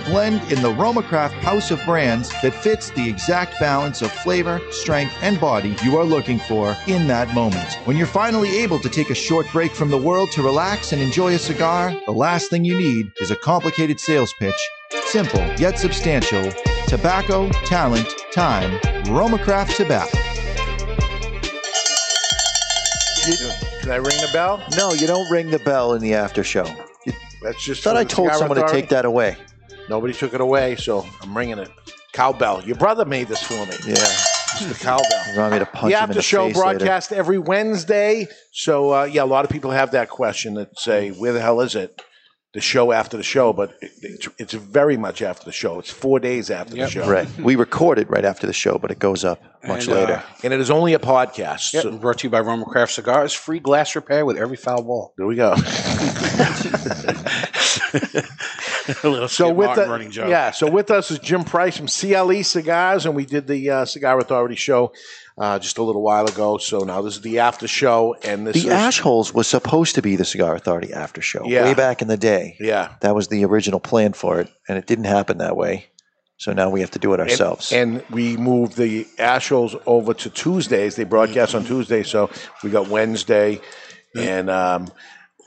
blend in the RomaCraft house of brands that fits the exact balance of flavor, strength, and body you are looking for in that moment. When you're finally able to take a short break from the world to relax and enjoy a cigar, the last thing you need is a complicated sales pitch. Simple yet substantial. Tobacco, talent, time. RomaCraft Tobacco. Can I ring the bell? No, you don't ring the bell in the after show. That's just. Thought for I the told Cigar someone to Authority. take that away. Nobody took it away, so I'm ringing it. Cowbell. Your brother made this for me. Yeah, It's the cowbell. you want me to punch the him in after the show face later. broadcast every Wednesday. So uh, yeah, a lot of people have that question that say, "Where the hell is it?" The show after the show, but it, it's, it's very much after the show. It's four days after Yep. the show, Right, we record it right after the show, but it goes up much And, uh, later. And it is only a podcast. Yep, So brought to you by Roma Craft Cigars. Free glass repair with every foul ball. there we go. So with Martin the- running joke. yeah, so with us is Jim Price from CLE Cigars, and we did the uh, Cigar Authority show uh, just a little while ago. So now this is the after show, and this The is Ash Holes was supposed to be the Cigar Authority after show Yeah. way back in the day. yeah, That was the original plan for it, and it didn't happen that way. So now we have to do it And- ourselves. And, we moved the Ash Holes over to Tuesdays. They broadcast on Tuesday, so we got Wednesday, and um,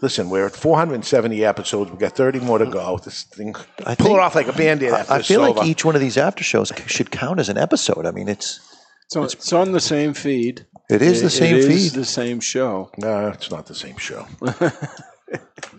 listen, we're at 470 episodes. We got 30 more to go. This thing I pull think- it off like a band-aid. I, After I it's feel like over. each one of these after shows c- should count as an episode. I mean, it's So it's, on the same feed. it is the It- same it is feed. the same show. No, it's not the same show.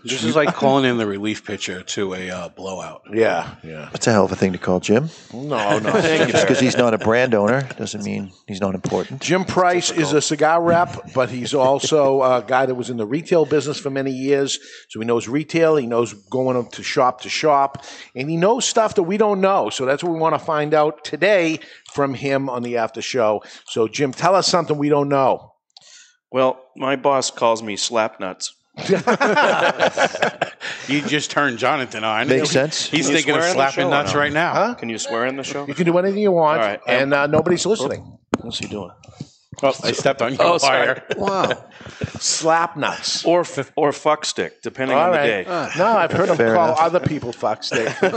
This is like calling in the relief pitcher to a uh, blowout. Yeah, yeah. That's a hell of a thing to call Jim. No, no. Thank you, Because he's not a brand owner doesn't mean he's not important. Jim Price is a cigar rep, but he's also a guy that was in the retail business for many years. So he knows retail, he knows going up to shop to shop, and he knows stuff that we don't know. So that's what we want to find out today from him on the after show. So, Jim, tell us something we don't know. Well, my boss calls me slap nuts. You just turned Jonathan on. Makes sense. He's Can you thinking of swear on the show slapping or nuts no? right now. Can you swear in the show? You can do anything you want, All right. and uh, nobody's listening. What's he doing? Oh, I stepped on your Oh, sorry. wire. Wow. Slap nuts. Or f- or fuck stick, depending on All the right. day. No, I've heard him Fair call enough. other people fuck stick. so,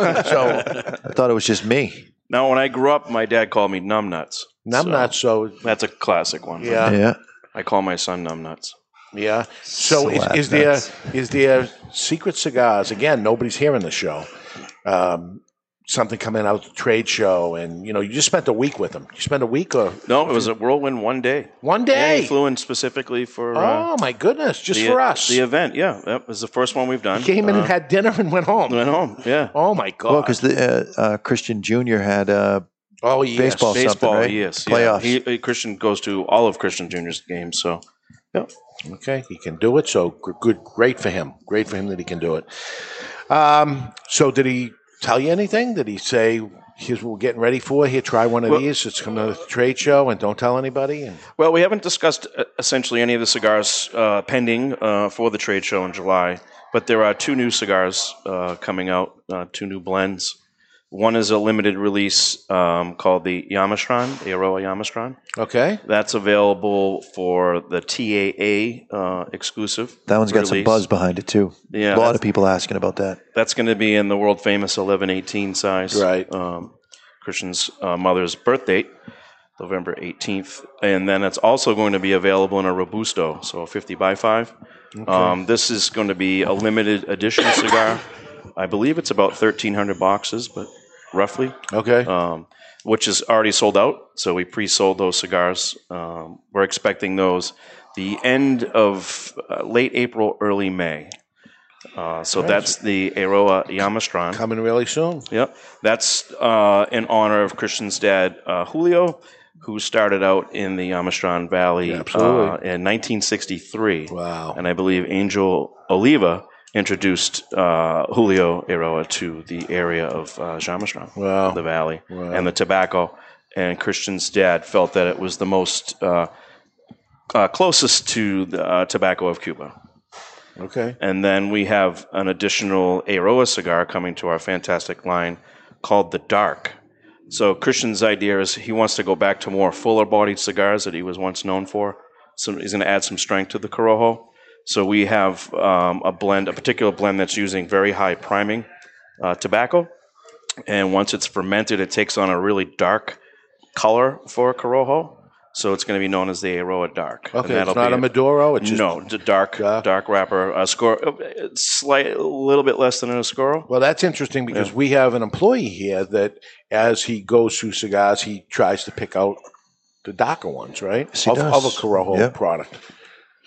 I thought it was just me. Now, when I grew up, my dad called me numb nuts. I'm not so. That's a classic one. Yeah. yeah. I call my son numb nuts. Yeah. So is, Slap is there nuts. is there secret cigars? Again, nobody's hearing the show. Um, something coming out at the trade show, and you know, you just spent a week with them. You spent a week or No, it was a whirlwind one day. one day. He flew in specifically for uh, oh my goodness! Just the, e-, for us, the event. Yeah, that was the first one we've done. came in Uh, and had dinner and went home. went home. Yeah, Oh my god! Well, because uh, uh, Christian Junior had uh, oh yes. baseball something, baseball. right? Yes, Playoffs. Yeah. He, he- Christian goes to all of Christian Junior's games. So Okay, he can do it. So g- good, great for him. Great for him that he can do it. Um, so did he tell you anything? Did he say? Here's what we're getting ready for. Here, try one of Well- these. It's coming out of the trade show, and don't tell anybody. And Well, we haven't discussed uh, essentially any of the cigars uh, pending uh, for the trade show in July, but there are two new cigars uh, coming out, uh, two new blends. One is a limited release um, called the Yamastron, Aroa Yamastron. okay, That's available for the TAA uh, exclusive. that one's got some release. buzz behind it too. Yeah, a lot that's- of people asking about that. That's going to be in the world famous 1118 size. Right. Um, Christian's uh, mother's birth date, November 18th. And then it's also going to be available in a Robusto, so a 50 by 5. Um, this is going to be a limited edition cigar. I believe it's about 1,300 boxes, but roughly, okay. um, which is already sold out. So we pre sold those cigars. Um, we're expecting those the end of uh, late April, early May. Uh, so that's the Aroa Yamastron. coming really soon. Yep. That's uh, in honor of Christian's dad, uh, Julio, who started out in the Amistran Valley Yeah, absolutely. uh, in 1963. Wow. And I believe Angel Oliva introduced uh, Julio Eroa to the area of uh, Jamistran, Wow. the valley, Wow. and the tobacco. And Christian's dad felt that it was the most uh, uh, closest to the uh, tobacco of Cuba. Okay. And then we have an additional Aroa cigar coming to our fantastic line called the Dark. So Christian's idea is he wants to go back to more fuller bodied cigars that he was once known for. So he's going to add some strength to the Corojo. So we have um, a blend, a particular blend that's using very high priming uh, tobacco. And once it's fermented, it takes on a really dark color for a Corojo. So it's going to be known as the Aroa Dark. And Okay. that'll It's not be a Maduro. It's just, no, the dark Yeah. dark wrapper. A score, uh, slight, a little bit less than an Oscuro. Well, that's interesting because we have an employee here that, as he goes through cigars, he tries to pick out the darker ones, right? Yes, he of, does. of a Corojo Yeah. product.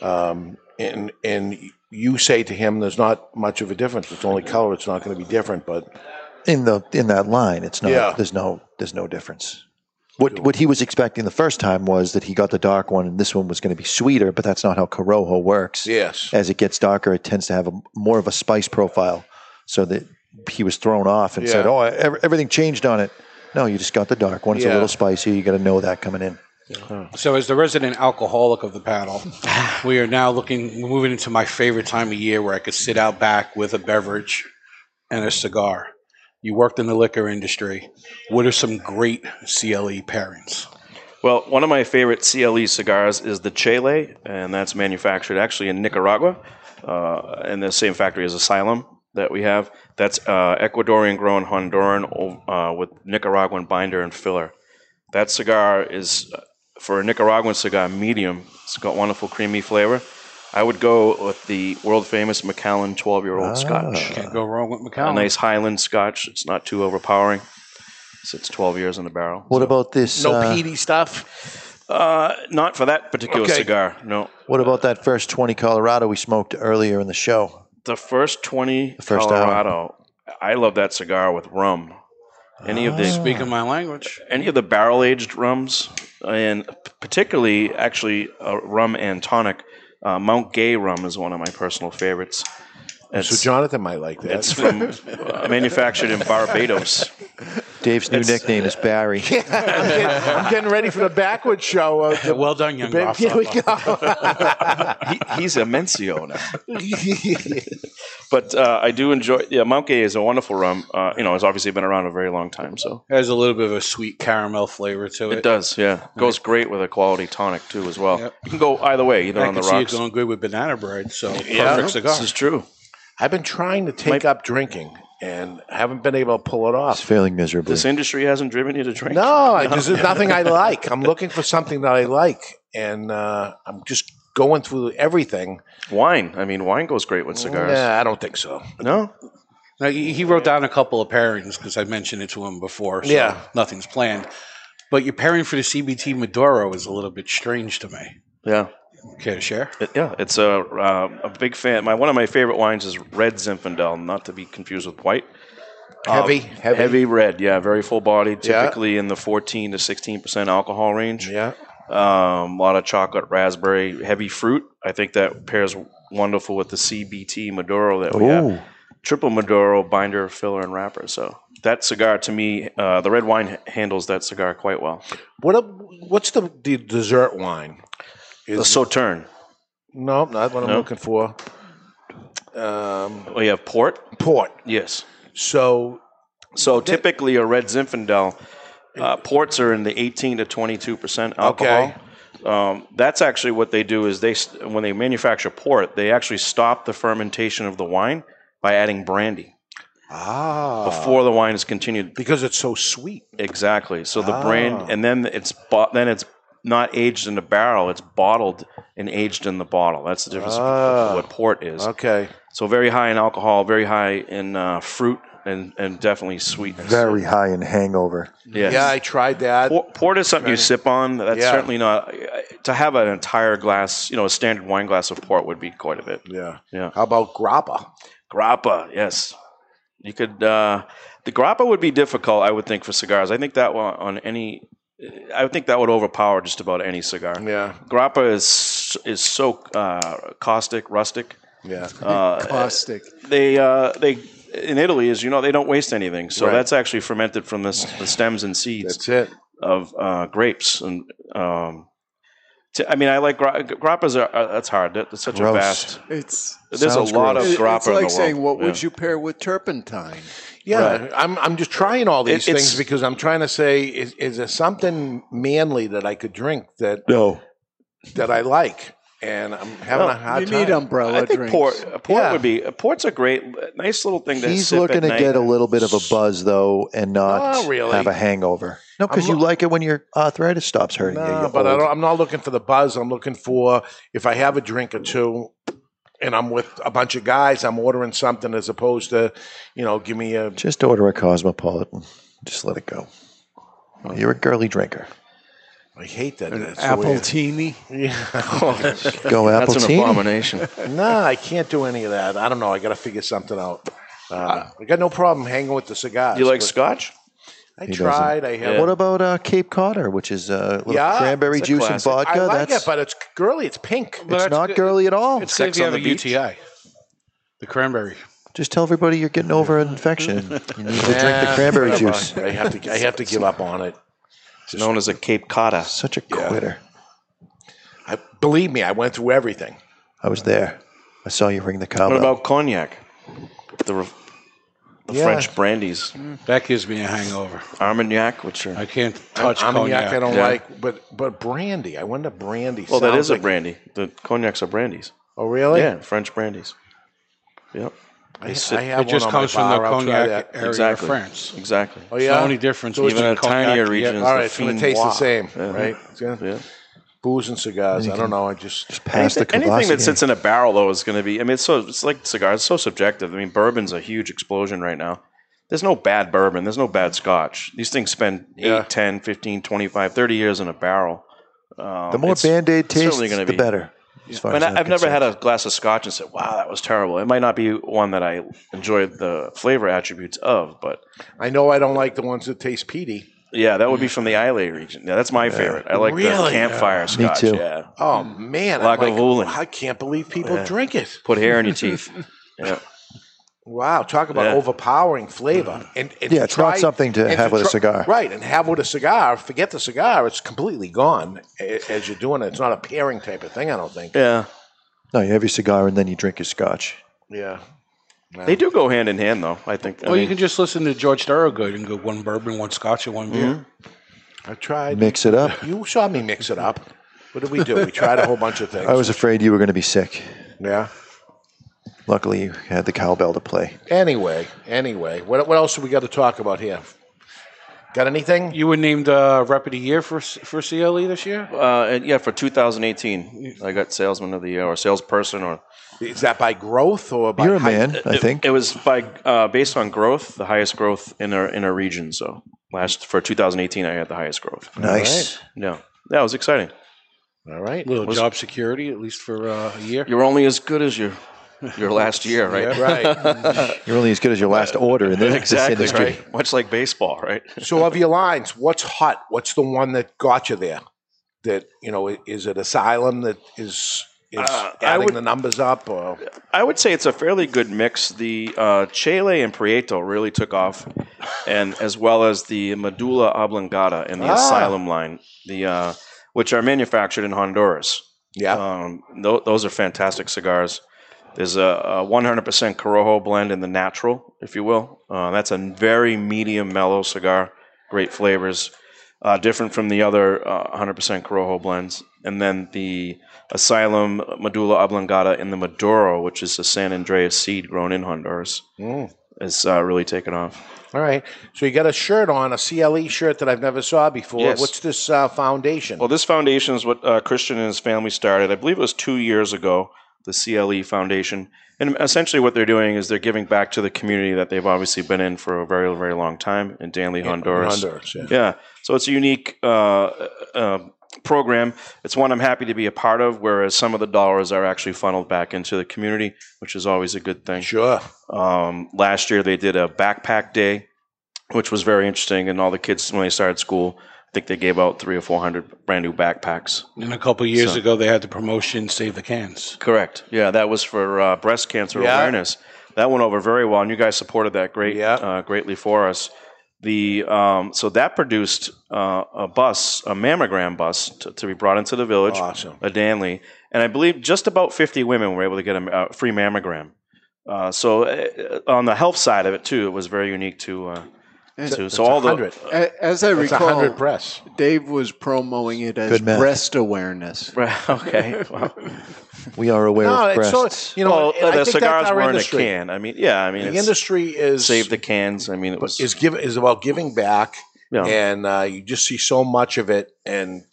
Um, and and you say to him, "There's not much of a difference. It's only color. It's not going to be different." But in the in that line. It's not. Yeah. There's no. There's no difference. What what he was expecting the first time was that he got the dark one, and this one was going to be sweeter. But that's not how Corojo works. yes, As it gets darker, it tends to have a, more of a spice profile. So that he was thrown off and said, Yeah. "Oh, I, ev- everything changed on it." No, you just got the dark one. It's a Yeah. little spicy. You got to know that coming in. So, as the resident alcoholic of the panel, we are now looking, we're moving into my favorite time of year where I could sit out back with a beverage and a cigar. You worked in the liquor industry. What are some great CLE pairings? Well, one of my favorite CLE cigars is the Chele, and that's manufactured actually in Nicaragua, uh, in the same factory as Asylum that we have. That's uh, Ecuadorian grown Honduran uh, with Nicaraguan binder and filler. That cigar is, uh, for a Nicaraguan cigar, medium. It's got wonderful creamy flavor. I would go with the world famous Macallan 12 year Ah. old Scotch. Can't go wrong with a Oh. Macallan. nice Highland Scotch. It's not too overpowering. Sits 12 years in the barrel. What about this? no uh, peaty stuff. Uh, not for that particular Okay. cigar. No, what about that first twenty Colorado we smoked earlier in the show? the first 20 first hour. Colorado. I love that cigar with rum. Any of Ah. the Speaking my language. any of the barrel aged rums, and particularly actually uh, rum and tonic. Uh, Mount Gay rum is one of my personal favorites. It's, So Jonathan might like that. it's from uh, manufactured in Barbados. Dave's new nickname is Barry. I'm, getting, I'm getting ready for the backward show. Of the, Well done, young Rafa. here we go. he, he's a Mencio now. but uh, I do enjoy. Yeah, Mount Gay is a wonderful rum. Uh, you know, it's obviously been around a very long time, so Has a little bit of a sweet caramel flavor to it. it does. Yeah, goes great with a quality tonic too, as well. You can go either way, either I on can the see it rocks. going good with banana bread. So Yeah, perfect cigar. This is true. I've been trying to take up drinking and haven't been able to pull it It's off. failing miserably. This industry hasn't driven you to drink. No, I- this is nothing I like. I'm looking for something that I like, and uh, I'm just going through everything. Wine. I mean, wine goes great with Oh, cigars. Nah, I don't think so. No, Now, he he wrote down a couple of pairings because I mentioned it to him before. So Yeah. Nothing's planned. But your pairing for the CBT Maduro is a little bit strange to me. yeah, Care to share? It- yeah. It's a uh, a big fan. My one of my favorite wines is Red Zinfandel, not to be confused with white. Heavy, heavy, Oh, Heavy red, yeah, very full bodied, Yeah. typically in the 14 to 16% alcohol range. Yeah, Um, a lot of chocolate, raspberry, heavy fruit. I think that pairs wonderful with the CBT Maduro that we Ooh. have. Triple Maduro binder, filler, and wrapper. So that cigar, to me, uh, the red wine h- handles that cigar quite well. what? A, what's the, the dessert wine? The Is, Sauterne. no, not what I'm No? looking for. Um, We have Oh, port. port. Yes. So So typically a red Zinfandel, uh, ports are in the 18 to 22 percent alcohol. Um, that's actually what they do is they s- when they manufacture port, they actually stop the fermentation of the wine by adding brandy ah, before the wine is continued. because it's so sweet. Exactly. So the brand and then it's bo- then it's not aged in a barrel; it's bottled and aged in the bottle. That's the difference Ah. of what port is. Okay, So very high in alcohol, very high in uh, fruit, and and definitely sweetness. Very high in hangover. Yes. yeah, I tried that. Pour, port is something you sip on. That's Yeah. certainly not uh, to have an entire glass. You know, a standard wine glass of port would be quite a bit. Yeah, Yeah, how about grappa? grappa. Yes, you could. Uh, the grappa would be difficult, I would think, for cigars. I think that one on any I think that would overpower just about any cigar. Yeah, Grappa is is so uh, caustic, rustic. yeah. Uh, Caustic. they uh, they in Italy, as you know, they don't waste anything, so Right. that's actually fermented from this, the stems and seeds That's it. of uh, grapes. And um, t- I mean, I like gra- grappas. Are, uh, that's hard. That- That's such Gross. a vast. It's There's Sounds a lot gross. it- of grappa it's like in the saying, world. what would you pair with turpentine? Yeah, Right. I'm, I'm just trying all these It- it's- things because I'm trying to say, is, is there something manly that I could drink that No, that I like? And I'm having Well, a hard Oh, you time. need umbrella I think drinks. port a port Yeah. would be a port's a great, nice little thing to He's sip looking at to night. get a little bit of a buzz though, and not Not really. have a hangover. No, because I'm you lo- like it when your arthritis stops hurting you. No, You're but I old. don't, I'm not looking for the buzz. I'm looking for if I have a drink or two, and I'm with a bunch of guys, I'm ordering something as opposed to, you know, give me a. Just order a cosmopolitan. Just let it go. You're a girly drinker. I hate that. That's so Apple weird. teeny. Go apple That's an abomination. Nah, I can't do any of that. I don't know. I got to figure something out. Uh, I got no problem hanging with the cigars. you like but scotch? I He doesn't. tried. I have. What about uh, Cape Codder, which is uh, little Yeah, cranberry it's a juice and classic. vodka? I like That's it, but it's girly. It's pink. it's not girly at all. It's good if Sex you on have a the beach? UTI. The cranberry. Just tell everybody you're getting over an infection. You need to drink the Nah, cranberry whatever. juice. I have to. I have to give up on it. It's known as a Cape Codda. Such a quitter. I, believe me, I went through everything. I was there. I saw you ring the What cowbell. about cognac? The, re- the Yeah. French brandies, That gives me a hangover. Armagnac, which are I can't touch I'm cognac. I don't Yeah. like, but but brandy. I went to brandy. well, that sounds is a like- brandy. The cognacs are brandies. Oh, really? yeah, French brandies. Yep, I, sit- I have It one just on my comes from the bar. I'll try cognac that. area Exactly. of France. exactly. Oh It's yeah. The only difference So it's between even a cognac tinier and- region is All the right, it's going to Fine taste the Noir. same, Yeah. right? It's gonna- Yeah. Booze and cigars. I don't know. I just Pass the anything, anything Kvass that sits again. in a barrel though is going to be. I mean, it's so it's like cigars. It's so subjective. I mean, bourbon's a huge explosion right now. There's no bad bourbon. There's no bad scotch. These things spend Yeah. eight, ten, fifteen, twenty-five, thirty 8, 10, 15, 25, 30 years in a barrel. Um, The more it's Band Aid tastes, certainly the gonna be- better. As far And as I, I'm I've never had concerned. a glass of scotch and said, "Wow, that was terrible." It might not be one that I enjoyed the flavor attributes of, but I know I don't like the ones that taste peaty. yeah, that would be from the Islay region. Yeah, that's my favorite. I like the Really? campfire scotch. too. Yeah, Oh man, I'm Lagavulin. like, I can't believe people drink it. put hair in your teeth. yeah, Wow, talk about Yeah. overpowering flavor. And, and Yeah, to it's not something to and have with a try- cigar. Right, and have with a cigar. Forget the cigar; it's completely gone a- as you're doing it. It's not a pairing type of thing, I don't think. yeah. No, you have your cigar and then you drink your scotch. Yeah, They do go hand in hand, though. I think. I Well, you mean- can just listen to George Thorogood and go one bourbon, one scotch, and one beer. I tried. Mix it up. You saw me mix it up. What did we do? We tried a whole bunch of things. I was afraid you were going to be sick. yeah. Luckily, you had the cowbell to play. Anyway, anyway, what what else do we got to talk about here? Got anything? You were named uh, Rep of the Year for for CLE this year. Uh, and yeah, for 2018, I got Salesman of the Year or Salesperson, or Is that by growth or by You're a height? man, I think. it was by uh, based on growth, the highest growth in our in our region. So last for 2018, I had the highest growth. Nice. Yeah, yeah, it was exciting. All right. little job security, at least for uh, a year. You're only as good as your your last year, right? Right. You're only as good as your last order in this, Exactly, this industry. right. Much like baseball, right? so of your lines, what's hot? What's the one that got you there? That you know, i- is it Asylum that is is Uh, I adding would- the numbers up? Or I would say it's a fairly good mix. The uh, Chele and Prieto really took off, and as well as the Medulla Oblongata and the Ah. Asylum line, the uh, which are manufactured in Honduras. yeah, Um, tho- those are fantastic cigars. There's a, a 100% Corojo blend in the natural, if you will. Uh, that's a very medium mellow cigar. Great flavors, uh, different from the other uh, 100% Corojo blends. And then the Asylum Medulla Oblongata in the Maduro, which is a San Andreas seed grown in Honduras, Mm. is uh, really taken off. all right. So you got a shirt on, a CLE shirt that I've never saw before. Yes. What's this uh, foundation? Well, this foundation is what uh, Christian and his family started. I believe it was two years ago, the CLE Foundation. And essentially, what they're doing is they're giving back to the community that they've obviously been in for a very, very long time in Danley, Honduras. Honduras. Yeah. Yeah. So it's a unique uh, uh, program. It's one I'm happy to be a part of, whereas some of the dollars are actually funneled back into the community, which is always a good thing. Sure. Um, last year they did a backpack day, which was very interesting, and all the kids when they started school, think they gave out three or four hundred brand new backpacks. And a couple years So- ago, they had the promotion Save the Cans. Correct. Yeah, that was for uh, breast cancer Yeah. awareness. That went over very well, and you guys supported that great, Yeah. uh, greatly for us. The um, so that produced uh, a bus, a mammogram bus, to, to be brought into the village, Awesome. a Danley, and I believe just about fifty women were able to get a, a free mammogram. Uh, so uh, on the health side of it too, it was very unique to. Uh, to so all the 100. A- As I It's a hundred recall, press. Dave was promoting it as Good math. breast awareness. okay, well, We are aware No, of it's breasts. so you know well, I think the that's cigars our were industry. in a can. I mean, yeah, I mean, The it's, industry is save the cans. I mean, it was is give is about giving back, yeah. and uh, you just see so much of it, and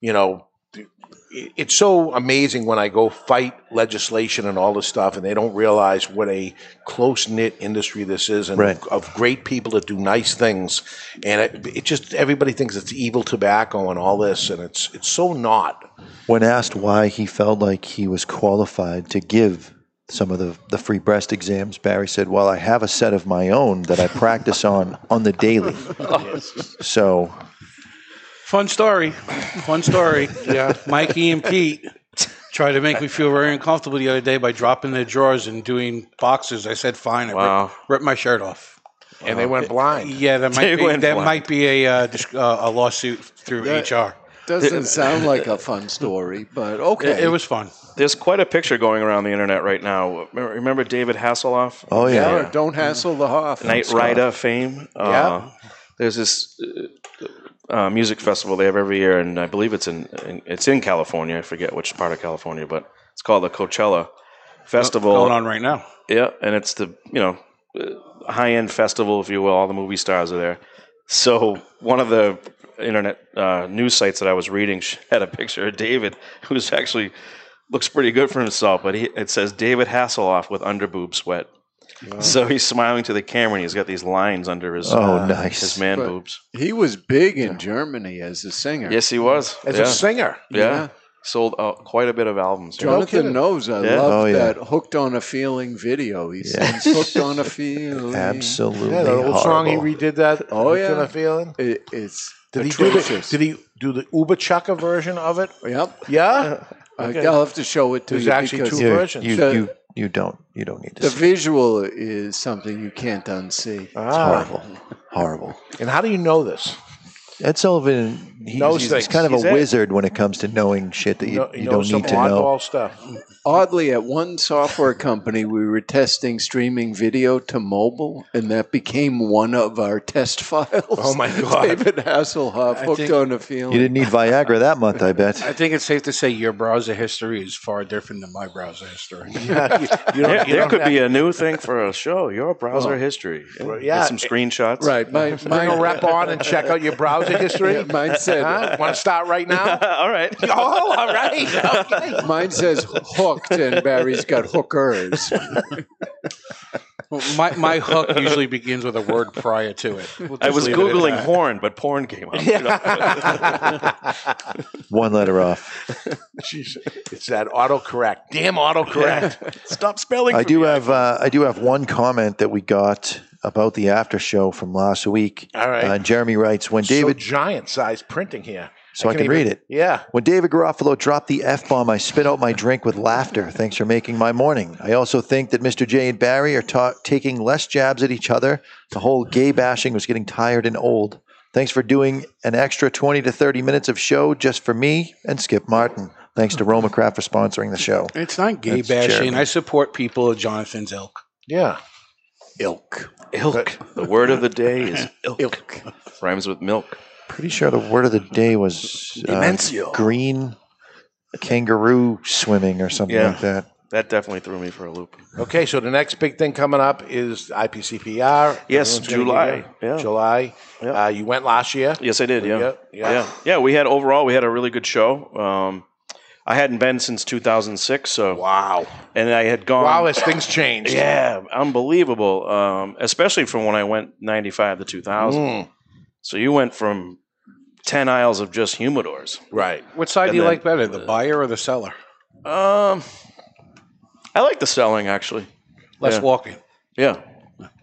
you know. it- It's so amazing when I go fight legislation and all this stuff, and they don't realize what a close knit industry this is, and Right. of great people that do nice things. And it, it just everybody thinks it's evil tobacco and all this, and it's it's so not. When asked why he felt like he was qualified to give some of the, the free breast exams, Barry said, Well, I have a set of my own that I practice on on the daily. So Fun story. Fun story. yeah. Mikey and Pete tried to make me feel very uncomfortable the other day by dropping their drawers and doing boxes. I said, fine. I Wow. ripped, ripped my shirt off. And they went blind. Yeah, that They might be, went that blind. might be a uh, dis- uh, a lawsuit through Yeah. HR. Doesn't sound like a fun story, but okay. It, it was fun. There's quite a picture going around the internet right now. Remember- Remember David Hasselhoff? oh yeah. Yeah, Don't hassle the Hoff. Knight Rider fame. Uh, there's this uh, uh, music festival they have every year, and I believe it's in, in it's in California. I forget which part of California, but it's called the Coachella Festival. Going on right now. Yeah, and it's the you know high end festival, if you will. All the movie stars are there. So one of the internet uh, news sites that I was reading had a picture of David, who's actually looks pretty good for himself, but he, it says David Hasselhoff with underboob sweat. So he's smiling to the camera, and he's got these lines under his Oh, uh, nice. his man But- boobs. He was big in Germany as a singer. Yes, he was. As yeah. a singer, yeah. sold out quite a bit of albums. yeah. Jonathan kidding. knows I Yeah. love Oh, yeah. that hooked on a feeling video. He sings hooked on a feeling. Absolutely. yeah, the old song he horrible. redid that. Oh, Looking yeah. a feeling. It, it's Did he, do the, atrocious. did he do the Uber Chucker version of it? Yep. Yeah, I- I'll have to show it to There's you actually because two- Yeah, versions. you, The- you, you don't you don't need to the see. it. visual is something you can't unsee. It's Ah. horrible. Horrible. And how do you know this? Ed Sullivan, he's, Knows he's, he's things. kind of He's a it. wizard when it comes to knowing shit that you, know, you know don't some need to know. oddball stuff. Oddly, at one software company, we were testing streaming video to mobile, and that became one of our test files. Oh my God. David Hasselhoff hooked think- on a feeling. You didn't need Viagra that month, I bet. I think it's safe to say your browser history is far different than my browser history. Yeah, you, you don't, There, you there don't could have- be a new thing for a show. Your browser history. Well, yeah, yeah, Get some screenshots. Right, my, bring a mine- rep on and check out your browser history. Yeah, mine said- Want to start right now? All right. oh, all right. Okay. Mine says hooked, and Barry's got hookers. Well, my, my hook usually begins with a word prior to it. We'll I just was leave it at googling that. horn, but porn came up. One letter off. Jeez. It's that autocorrect. Damn autocorrect. Stop spelling. I for do me. have uh, I do have one comment that we got about the after show from last week. All right. Uh, Jeremy writes when David, so David, giant size printing here. so I can, read it. Yeah. When David Garofalo dropped the F bomb, I spit out my drink with laughter. Thanks for making my morning. I also think that Mr. J and Barry are ta- taking less jabs at each other. The whole gay bashing was getting tired and old. Thanks for doing an extra 20 to 30 minutes of show just for me and Skip Martin. Thanks to Roma Craft for sponsoring the show. It's not gay That's bashing. Jeremy. I support people of Jonathan's ilk. Yeah. Ilk. ilk. The word of the day is ilk. Ilk. Rhymes with milk. Pretty sure the word of the day was uh, Dementio. green kangaroo swimming or something Yeah. like that. That definitely threw me for a loop. Okay, so the next big thing coming up is IPCPR. Yes, Everyone's gonna July. give you- Yeah. July. Uh, you went last year. Yes, I did. Yeah. Yeah, yeah. yeah, yeah, We had overall, we had a really good show. Um, I hadn't been since 2006, so Wow. and I had gone. Wow, as things changed. Um, Yeah, unbelievable. Um, especially from when I went 95 to 2000. Mm, So you went from 10 aisles of just humidors. right. What side And do you then- like better, the buyer or the seller? Um, I like the selling actually. Less Yeah. walking. Yeah,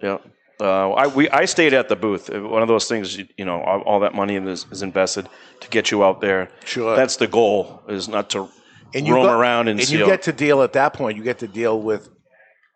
yeah. Uh, I we I stayed at the booth. Uh, One of those things, you, you know, all, all that money is, is invested to get you out there. Sure. that's the goal is not to and you roam go- around and, see. you all- get to deal at that point. You get to deal with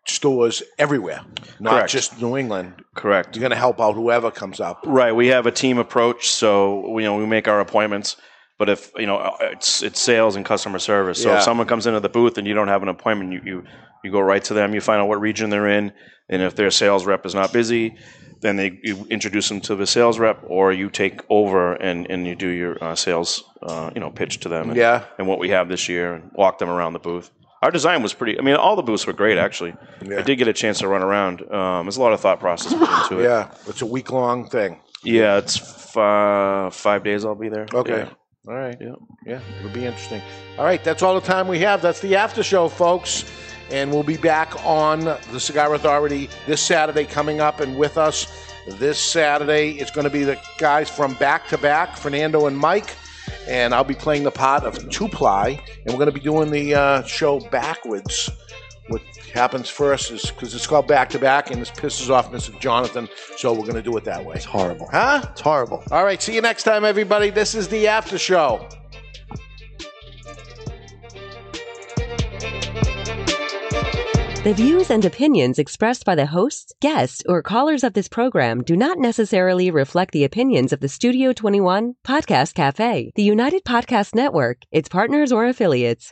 stores everywhere, not Correct. just New England. correct. You're going to help out whoever comes up. Right. We have a team approach, so you know we make our appointments. But if you know uh, it's it's sales and customer service, so Yeah. if someone comes into the booth and you don't have an appointment, you, you you go right to them. You find out what region they're in, and if their sales rep is not busy, then they you introduce them to the sales rep, or you take over and, and you do your uh, sales uh, you know pitch to them. And, Yeah. And what we have this year, and walk them around the booth. Our design was pretty. I mean, all the booths were great actually. I did get a chance to run around. Um, there's a lot of thought process put into it. Yeah, it's a week long thing. Yeah, it's five, five days I'll be there. Okay. Yeah. All right. Yeah. Yeah, it'll be interesting. All right, that's all the time we have. That's the after show, folks. And we'll be back on the Cigar Authority this Saturday coming up. And with us this Saturday, it's going to be the guys from back to back, Fernando and Mike. And I'll be playing the part of Two Ply. And we're going to be doing the uh, show backwards. What happens first is because it's called back to back, and this pisses off Mr. Jonathan. So we're going to do it that way. It's horrible. Huh? It's horrible. All right, see you next time, everybody. This is the after show. The views and opinions expressed by the hosts, guests, or callers of this program do not necessarily reflect the opinions of the Studio 21 Podcast Cafe, the United Podcast Network, its partners, or affiliates.